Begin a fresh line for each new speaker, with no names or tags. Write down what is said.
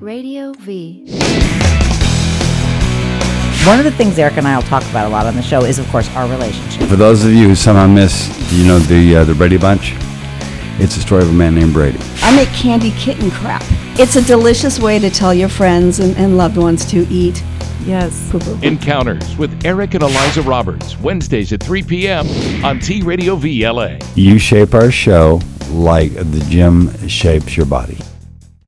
Radio V.
One of the things Eric and I will talk about a lot on the show is, of course, our relationship.
For those of you who somehow missed, you know the uh, the Brady Bunch. It's the story of a man named Brady.
I make candy kitten crap. It's a delicious way to tell your friends and, and loved ones to eat.
Yes.
Encounters with Eric and Eliza Roberts, Wednesdays at 3 p.m. on T Radio VLA.
You shape our show like the gym shapes your body.